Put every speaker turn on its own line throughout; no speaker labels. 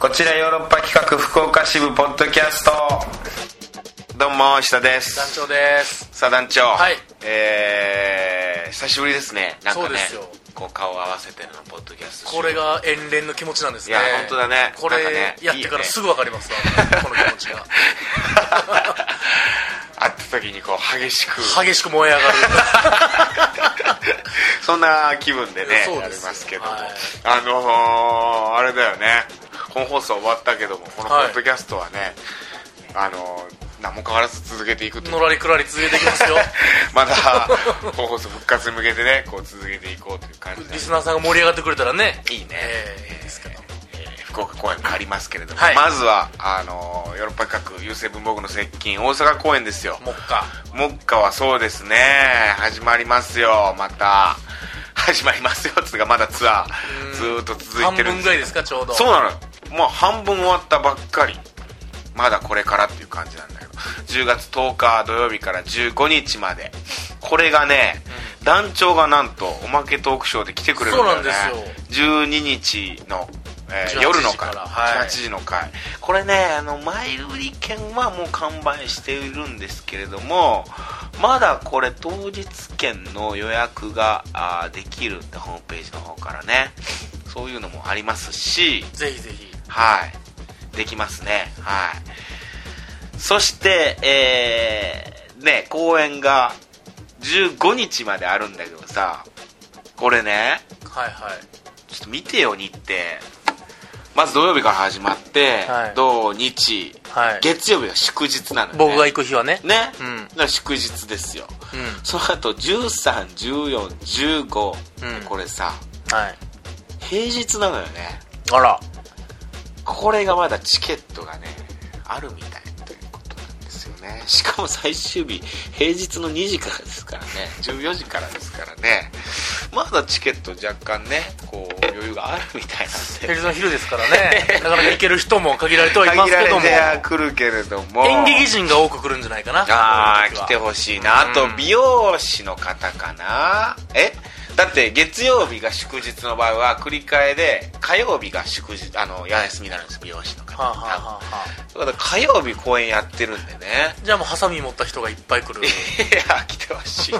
こちらヨーロッパ企画福岡支部ポッドキャストどうも石田です
団長です
さあ団長
はい
えー、久しぶりですねなんかね
そうですよ
こう顔合わせてのポッドキャスト
これが遠恋の気持ちなんですね
いや本当だね
こ
なんかね
れやってからすぐ分かりますわこの気持ちが
会った時にこう激しく
激しく燃え上がる
そんな気分でね
そう
や
で
り
すよ
ますけども、
はい
あのー、あれだよね本放送終わったけどもこのポ
はい
ッドキャストはね、あのー、何も変わらず続けていくと
のらりくらり続けていきます よ
まだ本放送復活に向けてねこう続けていこうという感じで
リスナーさんが盛り上がってくれたらね
いいね
ええいいですけど
えー福岡公演変わりますけれども、
はい
まずはあのーヨーロッパ企画優勢文房具の接近大阪公演ですよ
もっか
目下はそうですね始まりますよまた始まりますよつうかまだツアーずーっと続い
半
てるん
分
で
ぐらいですかちょうど
そうなのもう半分終わったばっかりまだこれからっていう感じなんだけど10月10日土曜日から15日までこれがね、団長がなんとおまけトークショーで来てくれるんだよね
そうなん
12日の、えー
18
夜の回
時からは
18
い
時の回これねあの前売り券はもう完売しているんですけれどもまだこれ当日券の予約があーできるってホームページの方からねそういうのもありますし
ぜひぜひ
はい。できますね。はい。そして、えー、ね、公演が15日まであるんだけどさ、これね、
はいはい
ちょっと見てよ、日程。まず土曜日から始まって、
はい
土日、
はい
月曜日は祝日なのね。
僕が行く日はね
ね、
う
だ
ん
から祝日ですよ。
うん
その後、13、14、15、
うん
これさ、
はい
平日なのよね。
あら
これがまだチケットがねあるみたいということなんですよねしかも最終日平日の2時からですからね14時からですからねまだチケット若干ねこう余裕があるみたいなん
平
で
日の昼ですからねなかなか行ける人も限られてはいます
限ら
け
れ
ども
ては来るけれども
演劇人が多く来るんじゃないかな
ああ
こういう時は
来てほしいなあと
うん
美容師の方かなえだって月曜日が祝日の場合は繰り替えで火曜日が祝日あの休みになるんです美容師の方
はあ、はあはあはあ
だから火曜日公演やってるんでね
じゃあもうハサミ持った人がいっぱい来る
いや来てほしい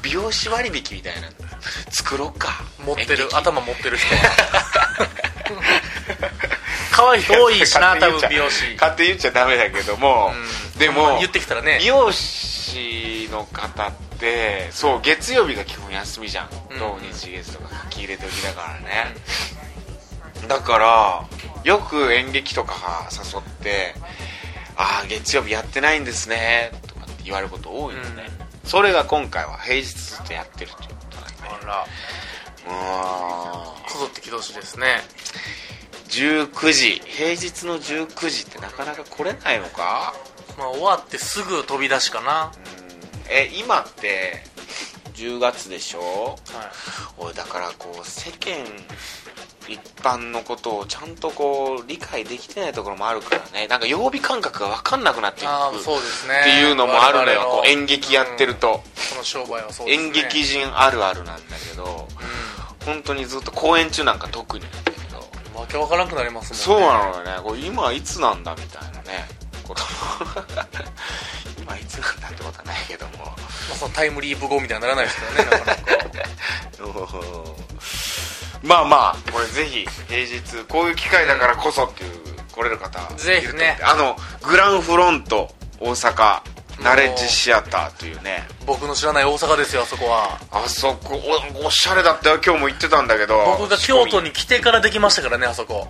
美容師割引みたいなの作ろうか
持って
演
る
劇
頭持っ てる人は可愛い人多いしな多
勝手に言っちゃ
分美容師
勝手に言っちゃダメだけども、
うん
で
あんま
も
り言ってきたらね
美容師の方ってそう月曜日が基本休みじゃん
うん
土日月とか書き入れ時だからねだからよく演劇とか誘って「ああ月曜日やってないんですね」とかって言われること多いのね、それが今回は平日ずっとやってるということなんで
あら
うーん
こぞってきてほしいですね
19時平日の19時ってなかなか来れないのか
まあ終わってすぐ飛び出しかな、は
え今って10月でしょ
い、
俺だからこう世間一般のことをちゃんとこう理解できてないところもあるからねなんか曜日感覚が分かんなくなっていく
ああそうですね
っていうのもあるのよ
我々
こう演劇やってると、
この商売はそうですね
演劇人あるあるなんだけど
う
本当にずっと公演中なんか特になんだけど
んわけわからなくなりますもんね
そうなのよねこれ今いつなんだみたいなねこと 今いつなんだってことはないけども
まあそのタイムリープ後みたいにならないですからねなかなか
まあまあこれぜひ平日こういう機会だからこそっていう来れる方
ぜひね
あのグランフロント大阪ナレッジシアターというね
僕の知らない大阪ですよあそこは
あそこおおしゃれだったよ今日も行ってたんだけど
僕が京都
に
に来てからできましたからねあそこ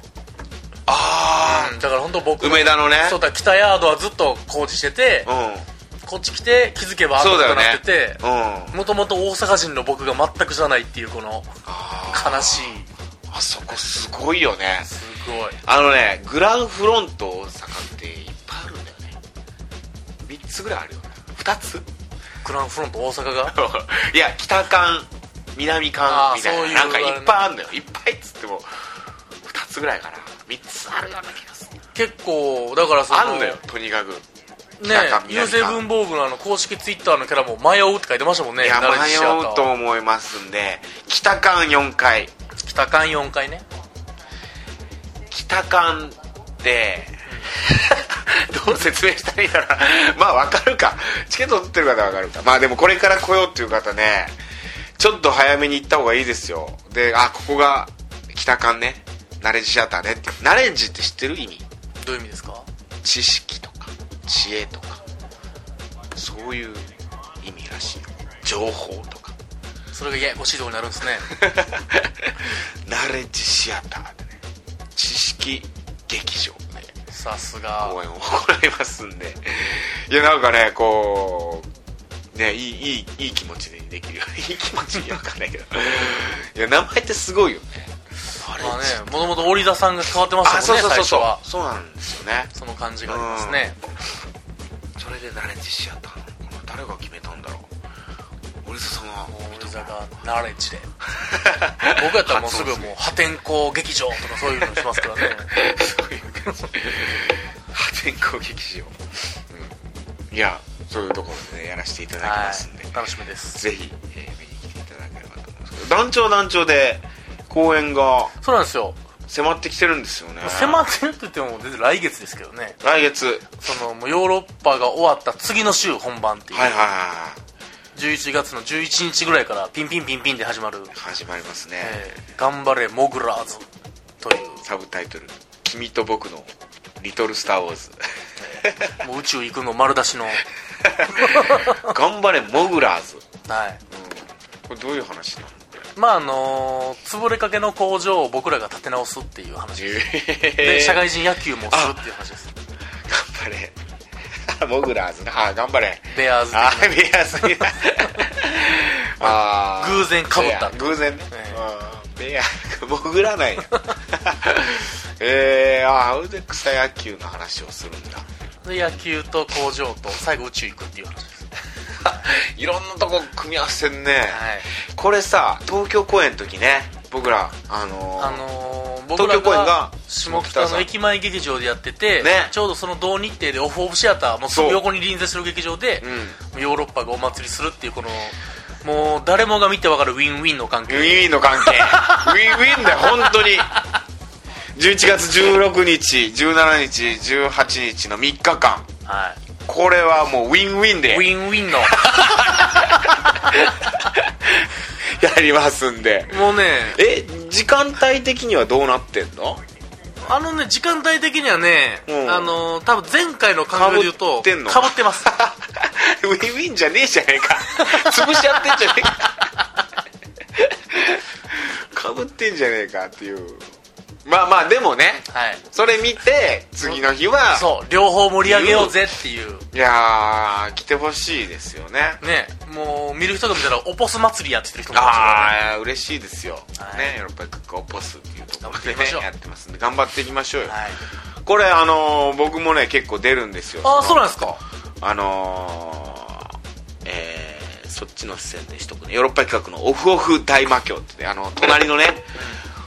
あ
だから本当僕
あ梅田のね
そうだ北ヤードはずっと工事してて
うん
こっち来て気づけばあ
そうだよ
と
ね
なってて
うんあ
もともと大阪人の僕が全く知らないっていうこの
ー
悲しい
あそこすごいよね
すごい
あのねグランフロント大阪っていっぱいあるんだよね3つぐらいあるよね2つ
グランフロント大阪が
いや北館南館みた
あーそう
い
い
な
う
なんかい
あれね
っぱいあるんだよいっぱいっつっても2つぐらいかな3つあるような気がする
結構だからその
あんのよとにかく
ね
北上南
優勢文房具のあの公式ツイッターのキャラも「迷う」って書いてましたもんね
いや
ナレッジシアター
迷うと思いますんで北館4階
北館4階ね
北館って、 どう説明したらいいんだろうな まあわかるかチケット取ってる方はわかるかまあでもこれから来ようっていう方ねちょっと早めに行った方がいいですよであここが北館ねナレッジシアターねってナレッジって知ってる意味
どういう意味ですか
知識とか知恵とかそういう意味らしいよ情報とか
それがややこしいとこになるんですね
ナレッジシアターでね知識劇場で
さすが
応援を行いますんでいやなんかねこうねいいいいいい気持ちにできるよ いい気持ちにわかんないけどいや名前ってすごいよねナレ
まあ
ッ
ね
ジ
もともと織田さんが変わってま
あ
した
そう
も
そ
んね
うそう
最初
そう
は
そうなんですよね
その感じがありますね
それでナレッジシアターこの誰が決めたんだろう俺と その
織田がナレッ ジで僕やったらもうすぐもう破天荒劇場とかそういうのしますからね
そういう感じ 破天荒劇場、うん、いやそういうところでねやらせていただき
は
ますんで、
い楽しみです
ぜひ、えー見に来ていただければと思いますけど団長団長で公演が
そうなんですよ
迫ってきてるんですよね
迫ってるって言っても全然来月ですけどね
来月はい
そのもうヨーロッパが終わった次の週本番っていう、
はいはいはい
11月の11日ぐらいからピンピンピンピンで始まる
始まりますね
「え、ー頑張れモグラーズ」という
サブタイトル「君と僕のリトル・スター・ウォー ズ」
もう宇宙行くの丸出し のは
「頑張れモグラーズ」
い
これどういう話なのこれ
まああのー潰れかけの工場を僕らが立て直すっていう話です、で社
頑
会人野球もするっていう話です
張れ モグラーズなあー頑張れ
ベアーズ
あー見やすいなあー
偶然被った
そうや偶然ね
ええ
うんベア潜らないや えー、あーそれで草野球の話をするんだ
的で野球と工場と最後宇宙行くっていう話です
いろんなとこ組み合わせんね、
はい
これさ東京公演の時ね僕らあのー
あのー僕ら
東京公演
が
が
下
下北
北
沢
の駅前劇場でやってて、
ね
ちょうどその同日程でオフオブシアターもすぐ
そう
横に隣接する劇場で
うん、
ヨーロッパがお祭りするっていうこのもう誰もが見てわかるウィンウィンの関
ウィン
係
ウィンの関 係ウィンウィンだよ本当に11月16日17日18日の3日間
は
これはもうウィンウィン
い
で
ウィンウィ ンの
やりますんで
もうね
え時間帯的にはどうなってんの
あのね時間帯的にはね、
うん
あのー多分前回の感覚で言うと
被ってんの
かぶって ます
ウィンウィンじゃねえじゃねえ か潰し合ってんじゃねえかか ぶってんじゃねえかっていうまあまあでもね
はい
それ見て次の日は
そう両方盛り上げようぜっていう
いやー来てほしいですよね
ねもう見る人が見たらオポス祭りやって言ってる人もいますからね
ああ嬉しいですよ、
はい
ねヨーロッパクックオポスっていうところで
頑張っていきま
ね
しょう
やってますんで頑張っていきましょうよ、
はい、
これあのー僕もね結構出るんですよ
あ
の
あそうなんですか
あのーえーそっちの視線でしとくねヨーロッパ企画のオフオフ大魔教ってねあの隣のね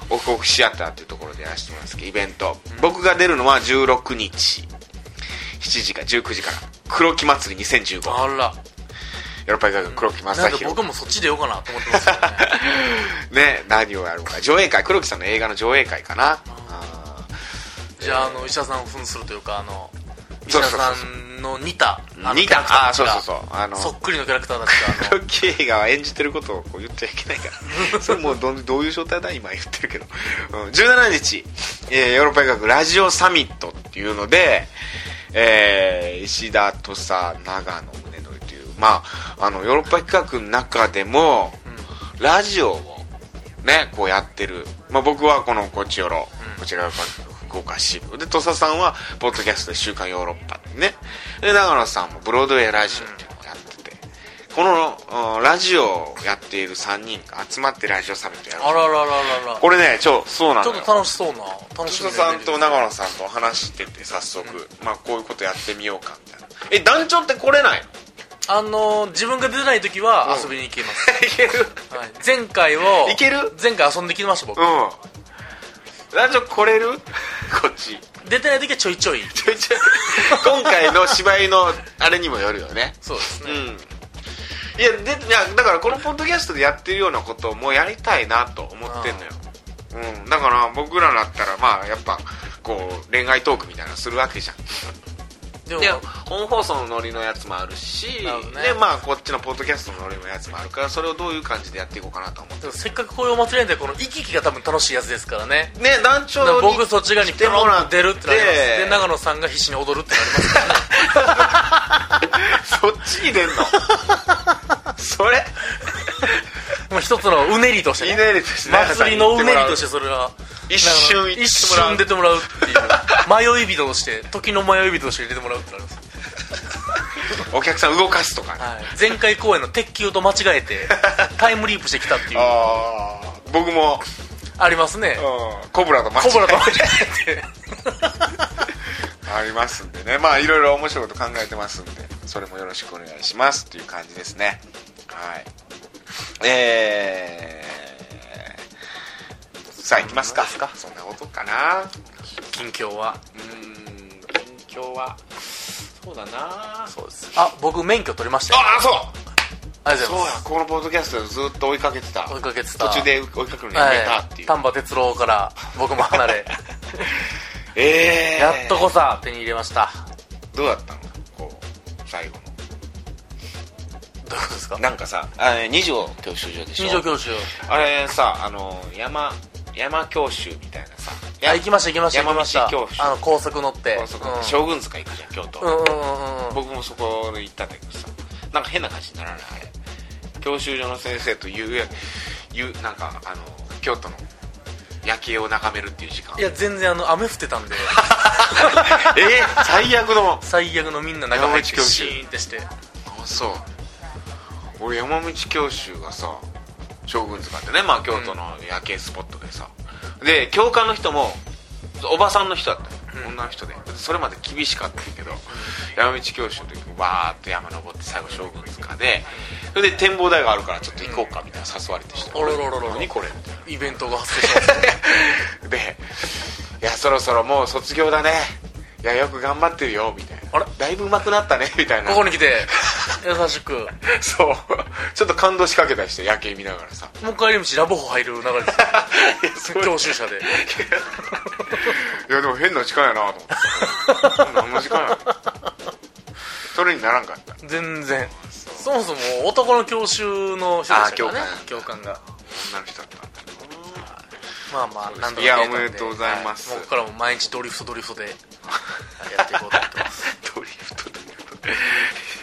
オフオフシアターっていうところでやらせてもらうんですけどイベント、僕が出るのは16日7時から19時から黒木祭り2015ヨー
あら
ロッパ企画黒木
な
正
んで
宏
僕もそっちでようかなと思ってますけどね
ね何をやるのか上映会黒木さんの映画の上映会かなあ
じゃああの医者さんを扮するというかあの医
そ
者
うそうそう
さんの似たあの
似
キャ
た
ラクター
あーそうそうそうあの
そっくりのキャラクターたちがあの
黒木映画は演じてることをこう言っちゃいけないからそれもうどんどういう状態だ今言ってるけど、うん、17日、えーヨーロッパ医学ラジオサミットっていうので、えー石田土佐長野宗則というまああのヨーロッパ企画の中でもラジオをねこうやってる、まあ、僕はこのこちよろ、
うん
こちらが福岡支部で土佐さんはポッドキャストで「週刊ヨーロッパ」ってねで長野さんもブロードウェイラジオっていうのをやってて、このうんラジオをやっている3人が集まってラジオサミットやる
あららららら
これねちょそうな
ち
の
ょ
よ
っと楽しそうな楽し
土
み
佐
な
さんと
イベント
長野さんと話してて早速、まあこういうことやってみようかみたいなえ団長って来れないの
ですあの自分が出てない時は遊びに行けます、
いける
はい、前回を
いける
前回遊んできました僕、
うん団長来れる こっち
出てない時はちょいちょい
ちょいちょい 今回の芝居のあれにもよるよね
そうです
うん
ね、
いやでいやだからこのポッドキャストでやってるようなこともやりたいなと思ってんのよ、うん、だから僕らだったらまあやっぱこう恋愛トークみたいなのするわけじゃん
でも
で本放送のノリのやつもあるし
なるほどね
でまあこっちのポッドキャストのノリのやつもあるからそれをどういう感じでやっていこうかなとは思って
でもせっかくこういうお祭りなんでこの行き来が多分楽しいやつですからね
ね団長
だから
に
僕そっち側にピロンと出るってなります
で
で長野さんが必死に踊るってなりま すからね
そっちに 出んのそれ
もう一つのうねりとしてね
うねりとしてね
祭りのうねりとしてそれが
一瞬行
一
ってもらう
瞬出てもらうっていう 迷い人として時の迷い人として出てもらうってなります、
お客さん動かすとかね、
はい、前回公演の鉄球と間違えて タイムリープしてきたっていうあ
ああ僕も、
りますね
うん、コブラと間違
コブラと間違
えて
え て
ありますんでねまあいろいろ面白いこと考えてますんでそれもよろしくお願いしますっていう感じですねはいえー、さあ行きますかそんなことかな
近況は
うーん勉強はそうだな
そうですあ僕免許取りましたよ
ああそう
ありがと
そ
うご
う
ざい
や
ます
このポッドキャストでずっと追いかけてた
追いかけてた
途中で追いかけるのや
は
めたってい、
いう丹波哲郎から僕も 離れ
ええ
やっとこさ手に入れました
どうだったのこう最後
どういうことですか
のなんかさあれ二条教習所でしょ
二条教習
あれさあの山山教習みたいなさ
あ行きました行きました行
山
きました
道教習
あの高速乗って
高速の
うん
将軍塚行くじゃん京都、
うんうんうんうん
僕もそこに行ったんだけどさなんか変な感じにならないあれ教習所の先生といういうなんかあの京都の夜景を眺めるっていう時間
いや全然あの雨降って たんで
えー最悪の
最悪のみんな中入って
山道教習
シーンってして
あそう俺山道教習がさ将軍塚ってねまあ京都の夜景スポットでさ、で教官の人もおばさんの人だったよ、
うん
女の人でそれまで厳しかったけど、山道教習の時わーっと山登って最後将軍塚でそれで展望台があるからちょっと行こうかみたいな誘われてして、
あららららら
何これみたいな
イベントが発生しま した
で「いやそろそろもう卒業だねいやよく頑張ってるよ」みたいな
あれ
だいぶ上手くなったね」みたいな
ここに来て優しく
そうちょっと感動しかけたりして夜景見ながら さ
もう帰り道ラボホ入る流れです
いやそ
よ
れ
教習車で
いやでも変な時間やなと思って何の時間やろそれにならんかった
全然そもそも男の教習の人でしたからね
あー
教官が
女の人だったんだ
まあまあ、な
す
んとか
いや
見えたん
おめでとうございます
はもうここからも毎日ドリフトドリフ トではいやっていこうと思ってます。
ドリフトドリフ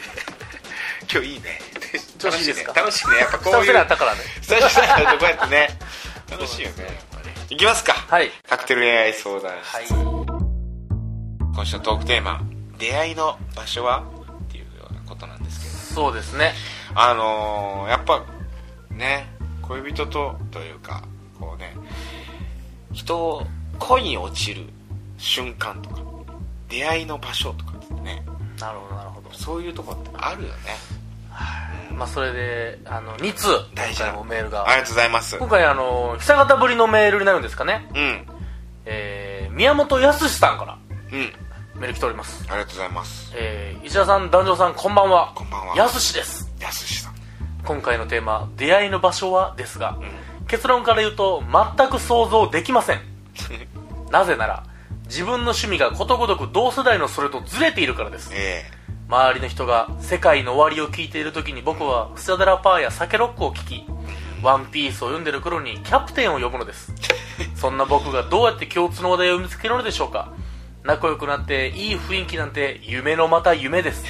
ト今日いいね
調子いいですか
楽しいねやっぱこういう
久々だったからね。
久々に会うとこうやってね楽しいよねやっぱねいきますか
はい。
カクテル恋愛相談室
はい。
今週のトークテーマ「出会いの場所は?」っていうようなことなんですけど
そうですね。
あのーやっぱね恋人とというかこうね人を恋に落ちる瞬間とか出会いの場所とかってね
なるほど、なるほど。
そういうとこってあるよね
まあ、それで、あの、2通、
大
今
事な
回もメール
あ
が
り。がとうございます
今回、あの、久方ぶりのメールになるんですかね。
うん
えー、宮本康さんから
うん
メール来ております。
ありがとうございます
えー、石田さん、男女さん、こんばんは。
こんばんは
やすしです。
やすしさん
今回のテーマ、出会いの場所はですが、
う
結論から言うと、全く想像できません。なぜなら自分の趣味がことごとく同世代のそれとずれているからです
え
周りの人が「世界の終わり」を聞いている時に僕は「スタダラパー」や「酒ロック」を聞き「ワンピースを読んでる頃にキャプテンを呼ぶのですそんな僕がどうやって共通の話題を見つけるのでしょうか仲良くなっていい雰囲気なんて夢のまた夢です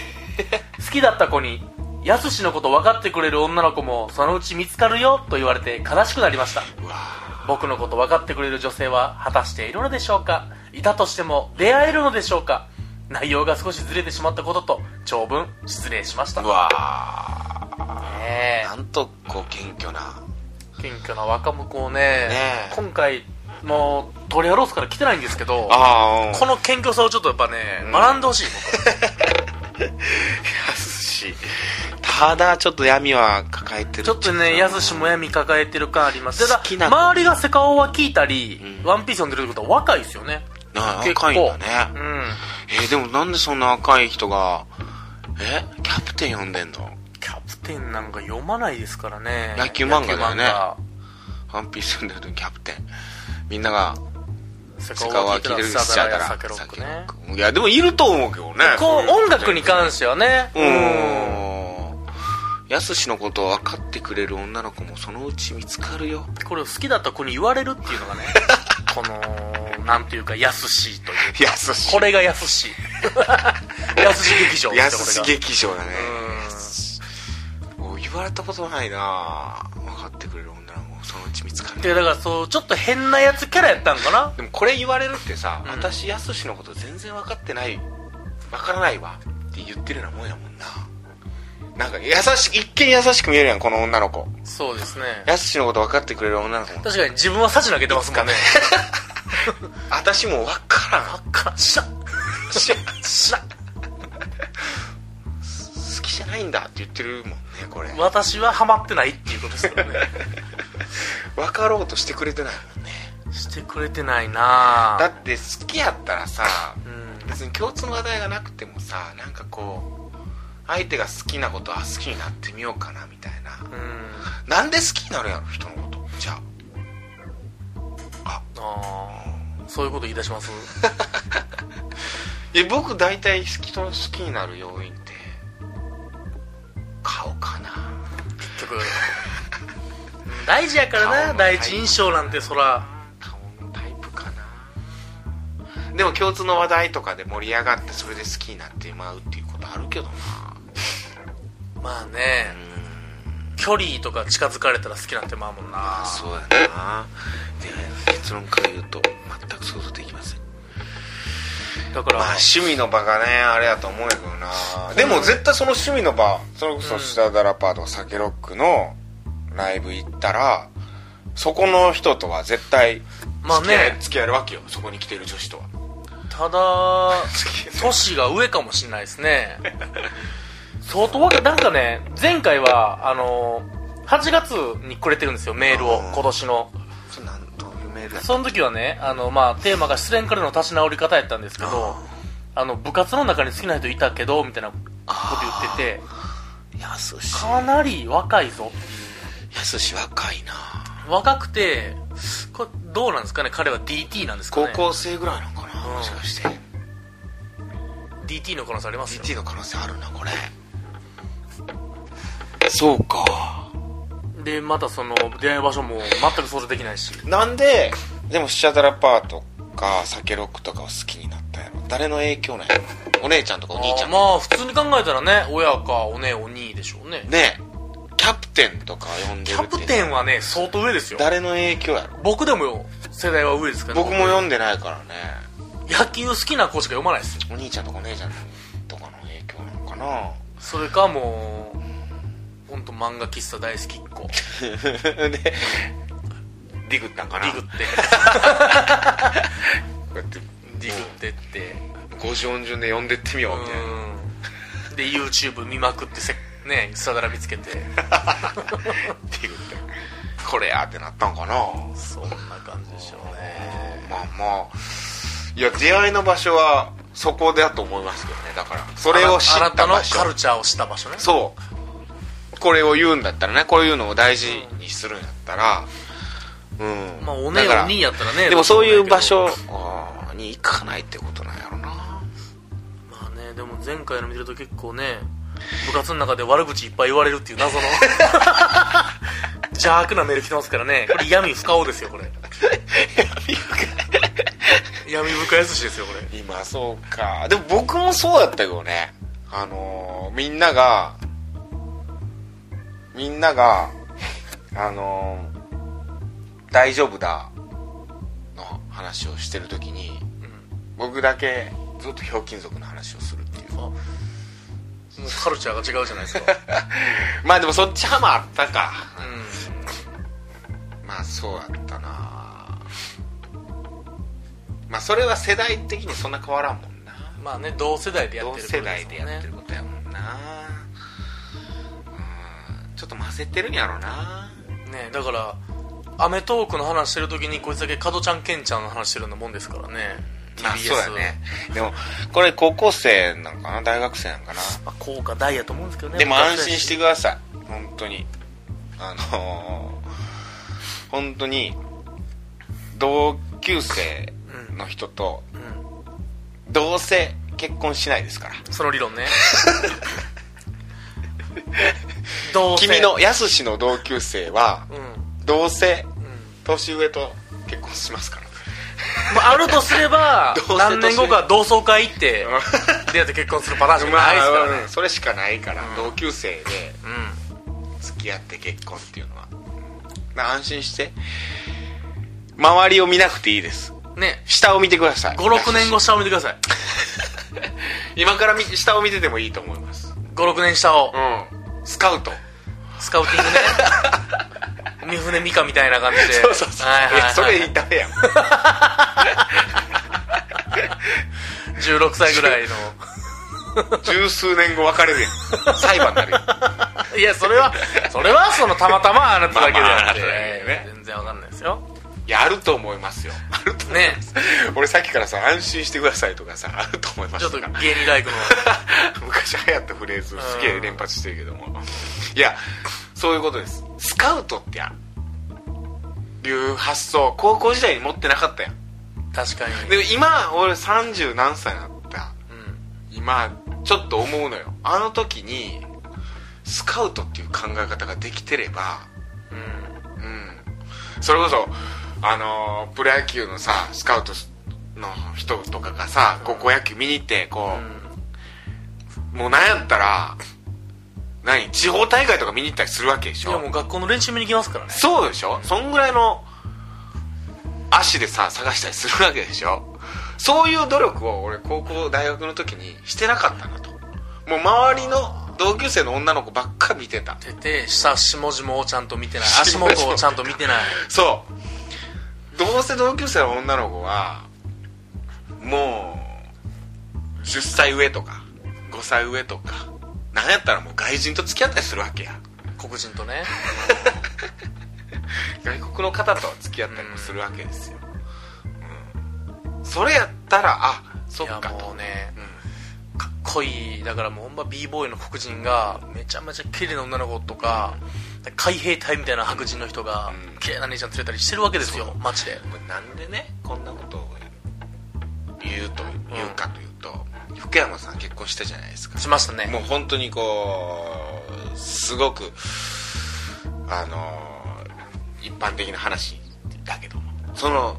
好きだった子に「やすしのこと分かってくれる女の子もそのうち見つかるよ」と言われて悲しくなりました
えうわ
僕のこと分かってくれる女性は果たしているのでしょうかいたとしても出会えるのでしょうか内容が少しずれてしまったことと長文失礼しました
ーう
ね
わー
え
なんとこう謙虚な
謙虚な若向こうね
ねえ
今回もうトリアロースから来てないんですけど
ああ
この謙虚さをちょっとやっぱね、学んでほしい
やすしただちょっと闇は抱えてる
僕ちょっ とねやすしもやみ抱えてる感あります
好きな
ただ周りがセカオワ聞いたり、
うん
ワンピース読んでるってことは若いですよね
な
結構
赤いんだね
うん
えーでもなんでそんな赤い人がえキャプテン呼んでんの
キャプテンなんか読まないですからね
野球漫画だよね
野球漫画
ワンピース呼んでる時キャプテンみんなが
セ
セカオワ聞いてる
ス
ス
チ
チ
ャ
ャ
ダ
ダラ
ラ
や
や
サケ
サケロ
ロ
ッ
ッ
ク
ク
ね
ねいやでもいると思うけどね
こう音楽に関してはねうん
うんやすしのことを分かってくれる女の子もそのうち見つかるよ
これを好きだった子に言われるっていうのが ねこのなんていうか安しいという
やすし
これが安 しい安し劇場
やすし
劇
劇場だね
うん
やすしもう言われたことないな分かってくれる女の子もそのうち見つかる
でだからそうちょっと変なやつキャラやったんかな
でもこれ言われるってさ、
うん
私やすしのこと全然分かってない分からないわって言ってるようなもんやもんななんか優しい一見優しく見えるやんこの女の子
そうですね
やすしのこと分かってくれる女の子も
確かに自分はサチ投げてますもんね
私もう分からん
あっからしゃ
し
しゃ
好きじゃないんだって言ってるもんねこれ分
私はハマってないっていうことですよね
かろうとしてくれてないもんね
してくれてないな
だ
ぁ
って好きやったらさ
うん
別に共通の話題がなくてもさなんかこう相手が好きなことは好きになってみようかなみたいな
うん
なんで好きになるやろ人のことじゃあ
あーそういうこと言い出します
え僕大体人の好きになる要因って顔かな
結局うん大事やからな
顔の
第一印象なんてそら
顔のタイプかなでも共通の話題とかで盛り上がってそれで好きになってまうっていうことあるけどな
まあね距離とか近づかれたら好きなんてまあもんな
あそうやなで結論から言うと全く想像できません
だから、
まあ趣味の場がねあれやと思うんやけどな、でも絶対その趣味の場それこ
う
そ
ん
シダダラパーとかサケロックのライブ行ったらそこの人とは絶対
まあ
付き合い
ね
付き合えるわけよそこに来てる女子とは
ただ
付き合える
年が上かもしれないで すね相当わけなんかね前回はあの8月にくれてるんですよメールを
うん
今年の
それなんというメールや
その時はねあの、まあ、テーマが失恋からの立ち直り方やったんですけどあの部活の中に好きな人いたけどみたいなこと言ってて
やすし
かなり若いぞ
やすし若いな
若くてこれどうなんですかね彼は DT なんですか
高
ね
校生ぐらいなのかな、
うん
もしかして
DT の可能性ありますよ
DT の可能性あるなこれそうか
でまたその出会い場所も全く想像できないし
なんででもシャダラパーとかサケロックとかを好きになったんやろ誰の影響なんやろお姉ちゃんとかお兄ちゃ
あー
ん
ま
とか
あ普通に考えたらね親かお姉お兄でしょうね
ねえキャプテンとか呼んで
キ
る
ャ
って
プテンはね相当上ですよ
誰の影響やろ
僕でもよ世代は上ですから、
僕も読んでないからね
野球好きな子しか読まないですよ
お兄ちゃんとかお姉ちゃんとかの影響なのかな
それかもう本当漫画喫茶大好きっ子
でディグったんかな
ディ グって
こうやって
ディグってって
50音順で呼んでってみようみたいな
うんで YouTube 見まくってせねスタダラ見つけて
ディグってこれやってなったんかな
そんな感じでしょうね
まあまあいや出会いの場所はそこだと思いますけどねだからそれを知
あな
った
あ
た
な
場
たのカル
所
チャーを知った場所ね
そうこれを言うんだったらねこういうのを大事にするんだったらうん
まあお姉お
だから
兄やったらね
でもそういう場
ど
所
うしようもないけど
あーに行かないってことなんやろな
まあねでも前回の見てると結構ね部活の中で悪口いっぱい言われるっていう謎 の邪悪なメール来てますからねこれ闇深尾ですよこれ闇深やすしですよこれ
今そうかでも僕もそうだったけどねあのーみんながみんながあのー大丈夫だ」の話をしてる時に
うん
僕だけずっとひょうきん族の話をするっていう
あもうカルチャーが違うじゃないで すか
まあでもそっち派もあったか
うん
まあそうだったなまあそれは世代的にそんな変わらんもんな
まあね同世代でやっ
同
てる
世代でやってる
る
ことやもんなうんちょっと混ぜてるんやろな
ねだからアメトーークの話してる時にこいつだけ加トちゃんケンちゃんの話してるようなもんですからね
まあ
TBS
そうだねでもこれ高校生なんかな大学生なんかな
まあ効果大やと思うんですけどね
でも安心
て
してください本当にあのー、本当に同級生
うん
の人と
うん
どうせ結婚しないですから
その理 論ねどうせ
君のやすしの同級生は
うんうん
どうせ年上と結婚しますから
まあ、あるとすれ ば
どうせ
何年後か同窓会行って出会って結婚するパターンしかないですからね
まあうんそれしかないから、
うん
同級生で
うん
付き合って結婚っていうのはまあ安心して周りを見なくていいです
ね
下を見てください
56年後下を見てください
今から見下を見ててもいいと思います
56年下を
うんスカウト
スカウティング ね三船美佳みたいな感じで
そうそうそう、
はいはい
いやそ
はい
れダメやん
16歳ぐらいの
十数年後別れるやん裁判になるやん
いやそれはそれはそのたまた まあなただけで
まあまあ
あ
あな
ったて、
だけでね
全然わかんないですよ
いやあると思います よあると
ね
俺さっきからさ安心してくださいとかさあると思いま
ちょ
す
っと
と
芸
か
人ライクの
昔流行ったフレーズすげえ連発してるけどもいやそういうことですスカウトってやいう発想高校時代に持ってなかったやん
確かに、
でも今俺30何歳になった
うん、
今ちょっと思うのよあの時にスカウトっていう考え方ができてれば
うん、
うんそれこそあのープロ野球のさスカウトの人とかがさ高校野球見に行ってこう、もうなんやったら何地方大会とか見に行ったりするわけでし
いや
ょ
もう学校の練習見に行きますからね
そうでしょそんぐらいの足でさ探したりするわけでしょそういう努力を俺高校大学の時にしてなかったなともう周りの同級生の女の子ばっか見てた
出て下下地もちゃんと見 てない足元をちゃんと見てない
そうどうせ同級生の女の子はもう10歳上とか5歳上とかなんやったらもう外人と付き合ったりするわけや
黒人とね
外国の方と付き合ったりもするわけですよ、うん、それやったらあそっか
いやも
と
うね
うん
かっこいいだからもうほんま b ボーイの黒人がめちゃめちゃ綺麗な女の子とか海兵隊みたいな白人の人が
うん
綺麗な姉ちゃん連れたりしてるわけですよ
そう
街で
これなんでねこんなことを言うと言うかというと、福山さん結婚したじゃないですか
しましたね
もう本当にこうすごくあのー一般的な話だけどもその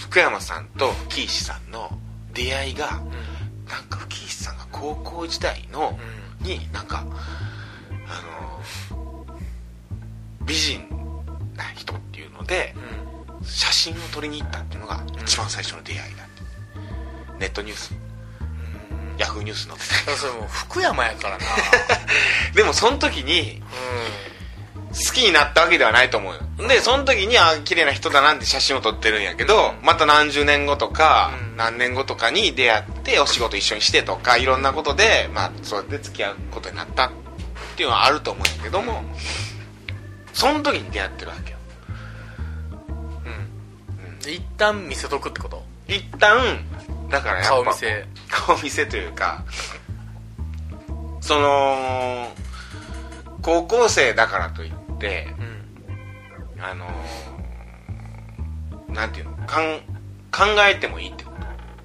福山さんと吹石さんの出会いが
うん
なんか吹石さんが高校時代の
う
になんかあのー美人な人っていうので
うん
写真を撮りに行ったっていうのが一番最初の出会いだってネットニュース
うん
ヤフーニュースの
だからそれもう福山 やからな
でもその時に
う
好きになったわけではないと思うよでその時にあ綺麗な人だなんて写真を撮ってるんやけど、また何十年後とか、
うん
何年後とかに出会ってお仕事一緒にしてとかいろんなことでまあそうやって付き合うことになったっていうのはあると思うんやけどもその時に出会ってるわけよ
んうんで一旦見せとくってこと
一旦だからやっぱ
顔見せ
顔見せというかその高校生だからといって
うん
あのー、なんていうのかん考えてもいいってこと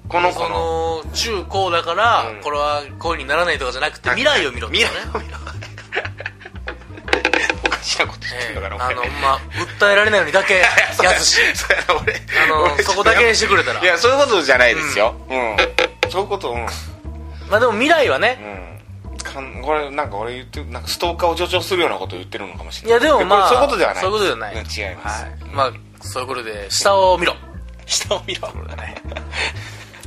この子
そ
の
の中高だから
うん
これは恋にならないとかじゃなくて未来を見ろって
未
こ
来
とね
を見ろおかしなこと言って
え
るの
え
か
あ
な、
の
お前
ほんま訴えられないようにだけ
そう
やつし
そうやな俺
あの
俺
そこだけにしてくれたら
いやそういうことじゃないですようん、そういうことうん、う
まあでも未来はね、
ん、かんこれなんか俺言ってなんかストーカーを助長するようなこと言ってるのかもし
い
れな
や
い
でもまあ
これそういうことではない
そういうことではない、
うん違います、
はいまあそういうことで下を見ろ
下を見ろ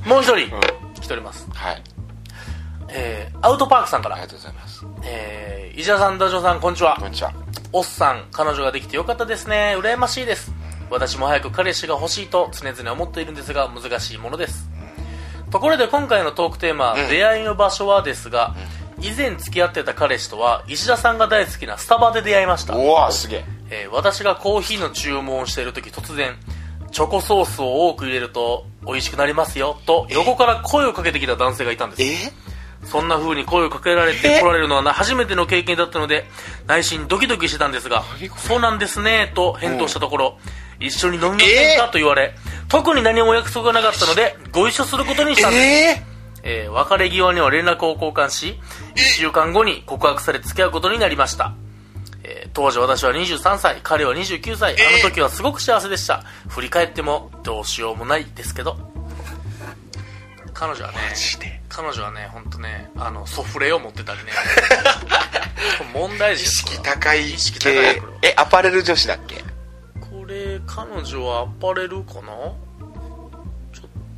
もう一人
うん
来ております、
はい
えー、アウトパークさんか
あり
ら
が、とうございます
えー、石田さんダジョウさんこんにちは
こんにちは
おっさん彼女ができてよかったですね羨ましいです私も早く彼氏が欲しいと常々思っているんですが難しいものですところで今回のトークテーマ
う
「
ん
出会いの場所は」ですが、以前付き合ってた彼氏とは石田さんが大好きなスタバで出会いました
おわすげえ
えー私がコーヒーの注文をしている時突然チョコソースを多く入れると美味しくなりますよと横から声をかけてきた男性がいたんです
え
そんな風に声をかけられ
え
て来られるのはな初めての経験だったので内心ドキドキしてたんですが
何これ
そうなんですねと返答したところ一緒に飲みませんか、と言われ特に何も約束がなかったのでご一緒することにしたんです、
え
えー別れ際には連絡を交換し1週間後に告白され付き合うことになりました、えー当時私は23歳彼は29歳あの時はすごく幸せでした振り返ってもどうしようもないですけど彼女はね
ー、マジで
彼女はね本当ねあのソフレを持って たりね問題児
意
です
識
これは
高い
意識高い
系
これは
えアパレル女子だっけ
これ彼女はアパレルかなちょっ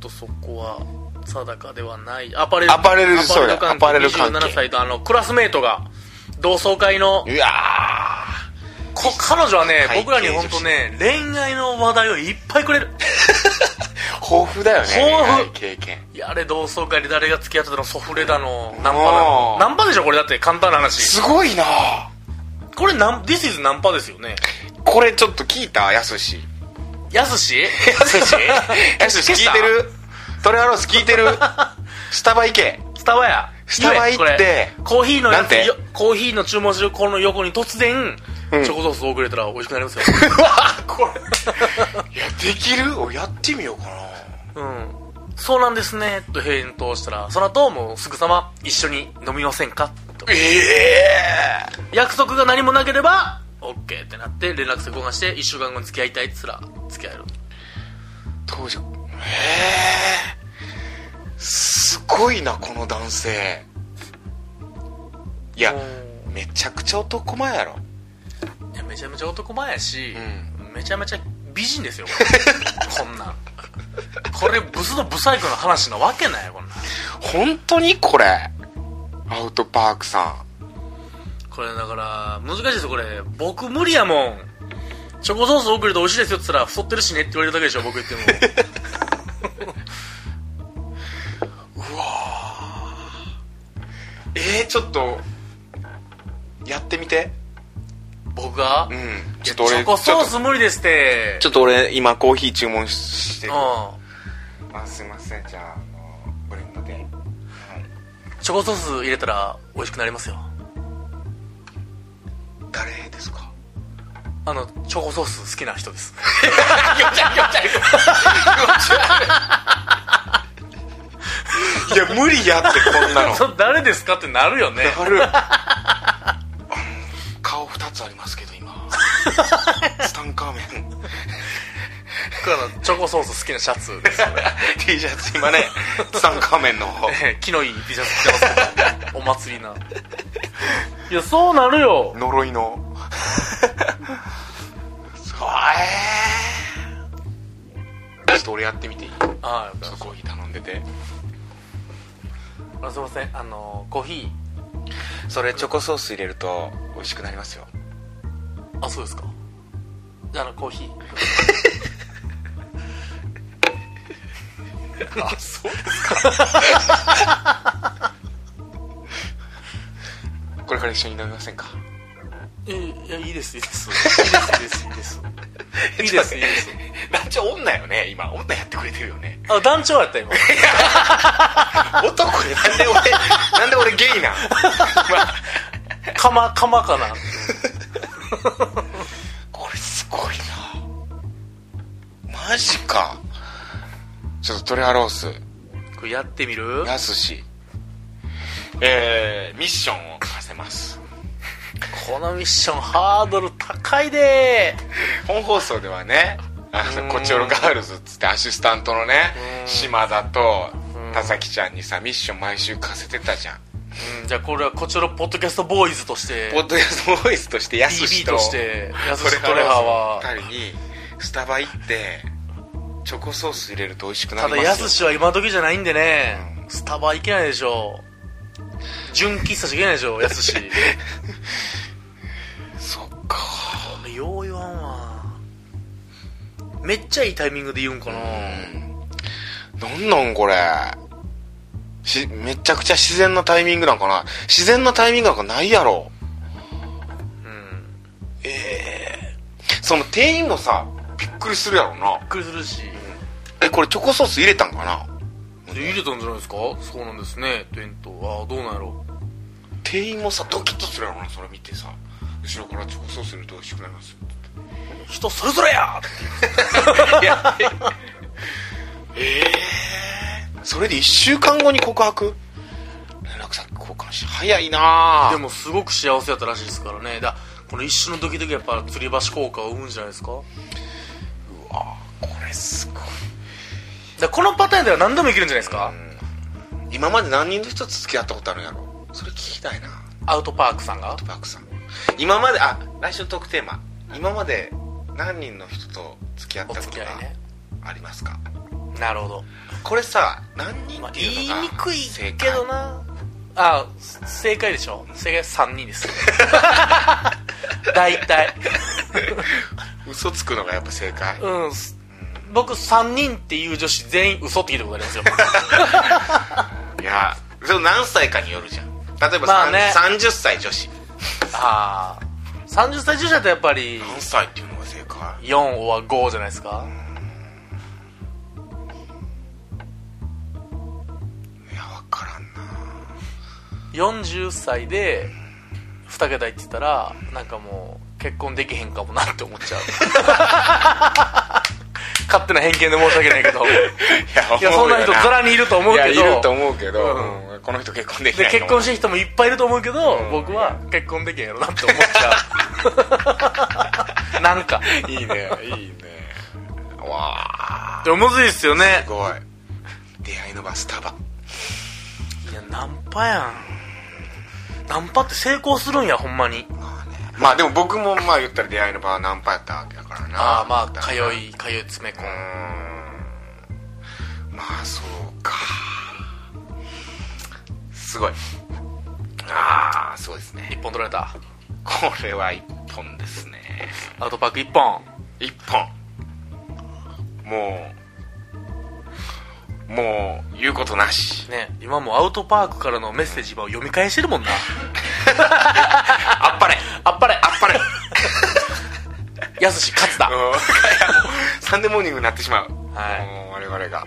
とそこは定かではないアパレル
アパレル
ア
そうだ
パレル
アパレ
関
ル関係
係27歳とあのクラスメートが同窓会の
うわ
こ彼女はね
会計
僕らに本当ね恋愛の話題をいっぱいくれ
ー
る
豊富だよね
豊富
恋愛経験
やれ同窓会で誰が付き合ってたのソフレだのナンパ
お
だの
ー
ナンパでしょこれだって簡単な話
すごいなあ
これナン This is ナンパですよね
これちょっと聞いたやすし
やすし
やす しやすし聞いてるトレハロース聞いて るスタバ行け
スタバや
スタバ行って
これコーヒーのや
なん
つ
て
よコーヒーの注文するこの横に突然、
うん
チョコソース多く入れたら美味しくな りますよ
うわこれいやできるおやってみようかな
うんそうなんですねと返答したらその後もうすぐさま一緒に飲みませんかと
ええ
約束が何もなければ OK ってなって連絡先交換して1週間後に付き合いたいっつったら付き合える
当時へえすごいなこの男性いや
も
めちゃくちゃ男前やろ
ういやめちゃめちゃ男前や
う
し、めちゃめちゃ美人ですよ これこんなんこれブスのブサイクの話なわけないよこんなん
本当にこれアウトパークさ
これだから難しいですよこれ僕無理やもんチョコソース多く入れて美味しいですよっつったら太ってるしねって言われるだけでしょ僕言っても
んえー、ちょっとやってみて
僕が、
う
いや
ん
チ
ちょっと俺
ョコソース無理ですって
ちょっと俺今コーヒー注文しして
う
る
ん
あすいませんじゃああのブレンドではい
チョコソース入れたら美味しくなりますよ
誰ですか
あのチョコソース好きな人です
いや無理やってこんなの
それ 誰ですかってなるよね
ある顔二つありますけど今ツタンカーメン
だからチョコソース好きなシャツですよね
T シャツ今ねツタンカーメンの
木のいい T シャツ着てますけどお祭りないやそうなるよ
呪いのそうえーちょっと俺やってみていい
ああ
ちょっとコーヒー頼んでて
あすいませんあのコーヒ
それチョコソース入れると美味しくなりますよ
ーあそうですかじゃああのコーヒ ー
あそうですかこれから一緒に飲みませんか
えいやいいですいいですいいですいいですいいですいいですいいです
団長女よね今女やってくれてるよね
あ団長やった今
男でなんで俺なんで俺ゲイなん、まあ
釜釜かな
これすごいなマジかちょっとトレハロース
これやってみる
やすしえー、ミッションを課せます
このミッションハードル高いで
本放送ではねあ
う
の
ん
コチオロガールズっつってアシスタントのね
うん
島田と
うん
田崎ちゃんにさミッション毎週課せてたじゃん
うんじゃあこれはこちらのポッドキャストボーイズとして
ポッドキャストボイスとしてやすし
DB
と
としてやす
それ
しトレハは
2人にスタバ行ってチョコソース入れると美味しくな
た
りま
だ
すよ
やすしは今時じゃないんでね
う
スタバ行けないでしょ純喫茶しか行けないでしょやすし
そっか
よう言わんわめっちゃいいタイミングで言うんかな、
なんなんこれしめちゃくちゃ自然なタイミングなんかな自然なタイミングなんかないやろ
うん、
ええその店員もさびっくりするやろな
びっくりするし
えこれチョコソース入れたんかな
で入れたんじゃないですかそうなんですねテントああどうなんやろ
店員もさドキッとするやろなそれ見てさ後ろからチョコソース入れると美味しくなりますよって
人それぞれ や
い やええそれで1週間後に告白連絡先交換し早いなあ
でもすごく幸せやったらしいですからねだこの一瞬のドキドキやっぱ吊り橋効果を生むんじゃないですか
うわこれすごい
だこのパターンでは何でもいけるんじゃないですか、
うん今まで何人の人と付き合ったことあるんやろそれ聞きたいな
アウトパークさんが
バックさん今まであ来週のトークテーマ今まで何人の人と付き合っ
お
たこ
付
と
き合
が
いね
ありますか、
なるほど、
これさ何人
まあ、
って
言
いう
い
のが
にくい
正
け
解
どなあ正解でしょ正解3人です 大体
嘘つくのがやっぱ正解
うんす僕3人っていう女子全員嘘って聞いたことあり ますよ
いやでも何歳かによるじゃん例えば、
まあね
さん30歳女子
ああ30歳女子だとやっぱり
何歳っていうのが正解
4は5じゃないですか
いや分から んな
40歳で2桁いってたらなんかもう結婚できへんかもなって思っちゃう 勝手な偏見で申し訳ない けどいやそんな人ザラにいると思う
いや
け
い
ど
ると思うけど、
うん
うんこの人結婚でき
で
ない
結婚しててる人もいっぱいいると思うけど、
うん
僕は結婚できへんやろなって思っち ゃうなんか
いいねいいねわあ
でもむずいっすよね
すごい出会いの場スタバ
いやナンパやんナンパって成功するんやほんまに
まあでも僕もまあ言ったら出会いの場はナンパやったわけだからな
ああまあ通
う
い通い詰め込
ー
む
んまあそうかすごいああそうですね
一本取られた
これは一本ですね
アウトパーク一本
一本もうもう言うことなし
ね今もうアウトパークからのメッセージ今読み返してるもんな
あっぱれ
あっぱれあ
あ っぱれうん
やすし勝つだ、
いやもうサンデーモーニングになってしまう
はい
もう我々がそっ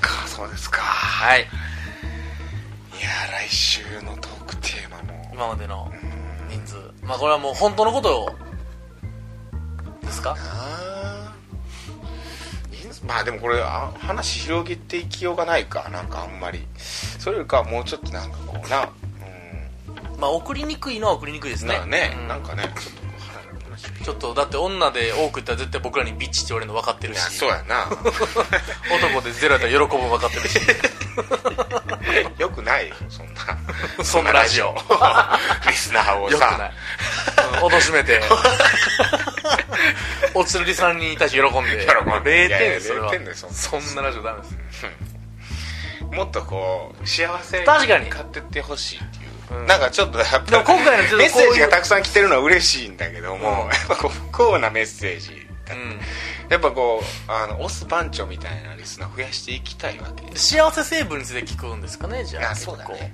かそうですか
はい
いやー来週のトークテーマも
今までの人数まあこれはもう本当のことをですか
あーまあでもこれあ話広げていきようがないかなんかあんまりそれよりかはもうちょっとなんかこうな
まあ送りにくいのは送りにくいで
う
す
ん
ね
なあね、
うん
なんかねちょっとこう腹の話
ちょっとだって女で多く言ったら絶対僕らにビッチって言われるの分かってる
いや
し
そうやな
男でゼロやったら喜ぶ分かってるし
よくないよそんな
そんなラジオ
リスナーを
よくな
さ
いうん貶 めて落ちてるリスナーに対して喜んで
喜んで
0点ですそ
いやいや
れ
0
は
点ですそ
そんなラジオダメです
もっとこう幸せ
確かに
買ってってほしいっていう、
うん
なんかちょっとやっぱり
でも今回のちょっとこういう
メッセージがたくさん来てるのは嬉しいんだけども、
うん
やっぱこう不幸なメッセージだった
うん
やっぱこうあのオス番長みたいなリスナー増やしていきたいわけです
幸せ成分について聞くんですかねじゃあ
あそうだね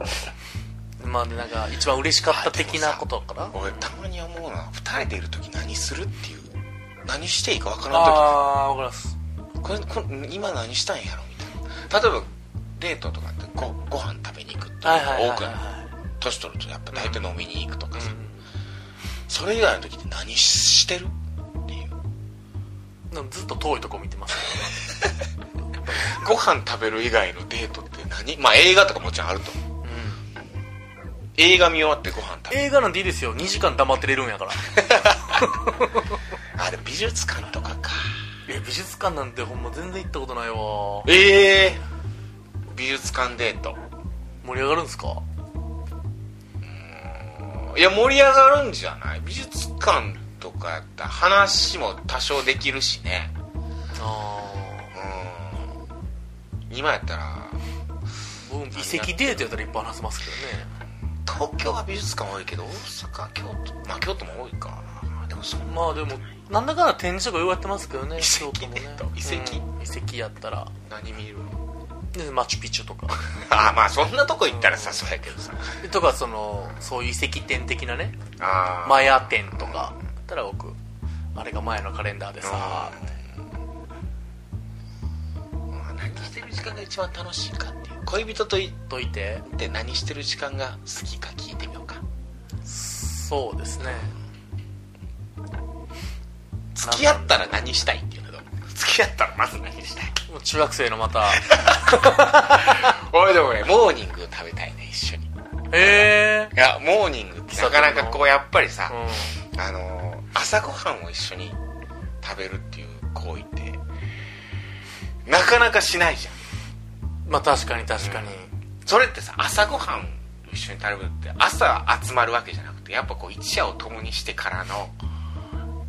結構まあでなんか一番嬉しかった的なことかな
俺たまに思うのは2人でいる時何するっていう何していいかわからん
ああ分かります
時これこれ今何したんやろみたいな例えばデートとかってごご飯食べに行くって
はいはい
いう
は
多
い
くの
は
年取るとやっぱ大体飲みに行くとか
い
さ、それ以外の時って何してるっていう
うんでもずっと遠いとこ見てます
ご飯食べる以外のデートって何まあ映画とかもちろんあると思う映画見終わってご飯食べる
映画なんていいですよ2時間黙ってれるんやから
あでも美術館とかか
いや美術館なんてほんま全然行ったことないわ
ええ美術館デート
盛り上がるんすか
いや盛り上がるんじゃない美術館とかやったら話も多少できるしね
あ
うん今やったら
ー僕遺跡デートやったらいっぱい話せますけど
東京は美術館多いけど大阪京都まあ京都も多いかでもそん
ね
な
まあでもなんだかんだ展示とかようやってますけど
遺
ね
跡
京都もね
デート遺跡
うん遺跡やったら
何見るの
でマチュピチュとか
あまあそんなとこ行ったらさそうやけどさ
とかそのそういう遺跡店的なね
あ
マヤ店とかだったら僕あれが前のカレンダーでさ
さあ何してる時間が一番楽しいかっていう恋人とい
といて
って何してる時間が好きか聞いてみようか
そうですね
付き合ったら何したいっていうのどう付き合ったらまず何したい
もう中学生のまた
俺でもねモーニング食べたいね一緒にい
へえ
やモーニングってなかなかこうやっぱりさ、
う
あのー朝ごはんを一緒に食べるっていう行為ってなかなかしないじゃん
んまあ確かに確かに、
それってさ朝ごはん一緒に食べるって朝集まるわけじゃなくてやっぱこう一夜を共にしてからの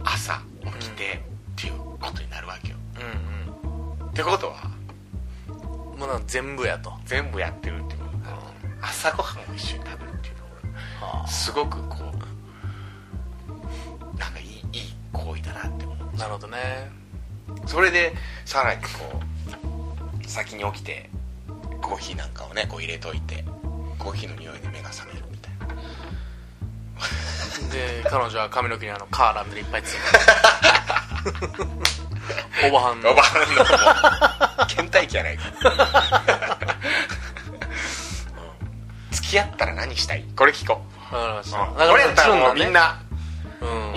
朝起きてっていうことになるわけよ、
うん
ってことは
うんもうなんか全部やと、
全部やってるっていうことだから朝ごはんを一緒に食べるっていうのは
は
俺すごくこうなんかいいいい行為だなって思う
あなるほどね
それでさらにこう先に起きてコーヒーなんかをねこう入れといてコーヒーの匂いで目が覚めるみたいな
で彼女は髪の毛にあのカーランドでいっぱいついてるおばはんの
ロバーンのもう倦怠期やないかうん 付き合ったら何したいこれ聞こう、
わかりました
うん、
だから
これやったらもう
チュ
み
ン
ん
だね
な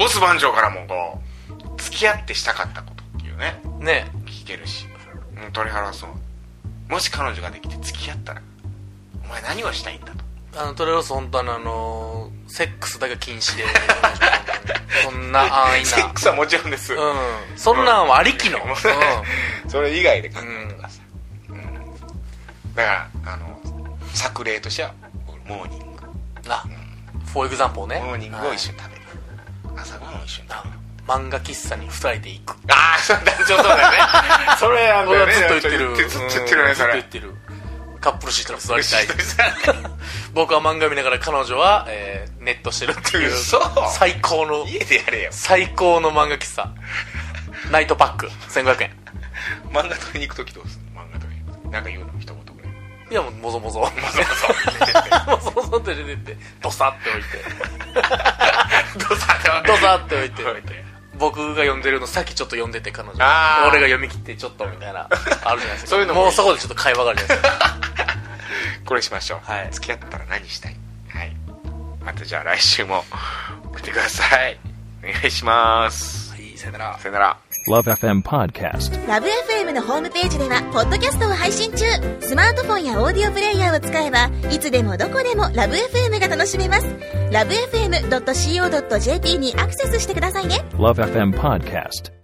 オス番長からもこう付き合ってしたかったことっていうね
うんね
聞けるし、うん、鳥原はそうもし彼女ができて付き合ったらお前何をしたいんだと
あのトレロス本当はあのセックスだけ禁止でそんな安易な
セックスはもちろんです、
うんそんなんはありきの、
うん
うん
それ以外で考えてください、うんだからあの作例としてはモーニング
な for example ね
モーニングを一緒に食べる、朝ごはんを一緒に
はい
食べる
な漫画喫茶に二人で行く
ああそれ男女そうだよね それあ
俺はずっと言ってる
ずっと言ってる
う
ね
ん
それ
ずっと言ってるカップルシートに座りたい
たい
僕は漫画見ながら彼女は、えーネットしてるっていう
嘘
最高の
家でやれよ
最高の漫画喫茶ナイトパック1500円
漫画取りに行く時どうする漫画取りに行く時なんか言うの一言ぐらい
いやもうも ぞもぞも
まさか
ぞもぞって出てってドサって置いて
そう どうさ
ドサって置いて
置いて
僕が読んでるのさっきちょっと読んでて彼女
あー
俺が読み切ってちょっとみたいなあるじゃないですか
そういうのもいい
もうそこでちょっと会話があるじゃないですか
これしましょう、
はい
付き合ったら何したいはいまたじゃあ来週も送ってくださいお願いします
はいさよなら
さよなら
Love FM Podcast.
ラブ f m のホームページではポッドキャストを配信中スマートフォンやオーディオプレイヤーを使えばいつでもどこでもラブ f m が楽しめますラブ FM.co.jp にアクセスしてくださいね
Love FM Podcast.